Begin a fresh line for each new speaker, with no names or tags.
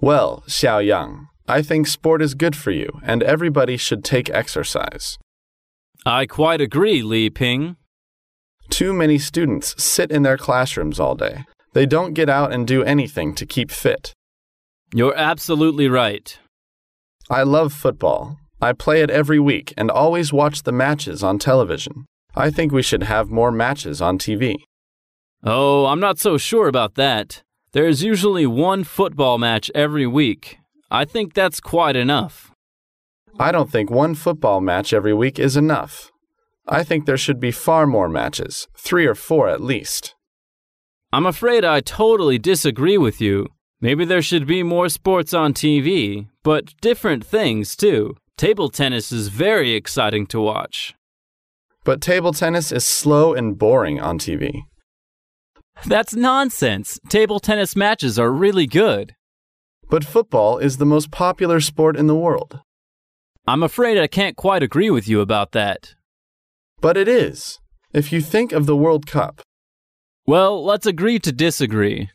Well, Xiao Yang, I think sport is good for you, and everybody should take exercise.
I quite agree, Li Ping.
Too many students sit in their classrooms all day. They don't get out and do anything to keep fit.
You're absolutely right.
I love football. I play it every week and always watch the matches on television. I think we should have more matches on TV.
Oh, I'm not so sure about that. There's usually one football match every week. I think that's quite enough.
I don't think one football match every week is enough. I think there should be far more matches, three or four at least.
I'm afraid I totally disagree with you. Maybe there should be more sports on TV, but different things too. Table tennis is very exciting to watch.
But table tennis is slow and boring on TV.
That's nonsense. Table tennis matches are really good.
But football is the most popular sport in the world.
I'm afraid I can't quite agree with you about that.
But it is. If you think of the World Cup,
Well, let's agree to disagree.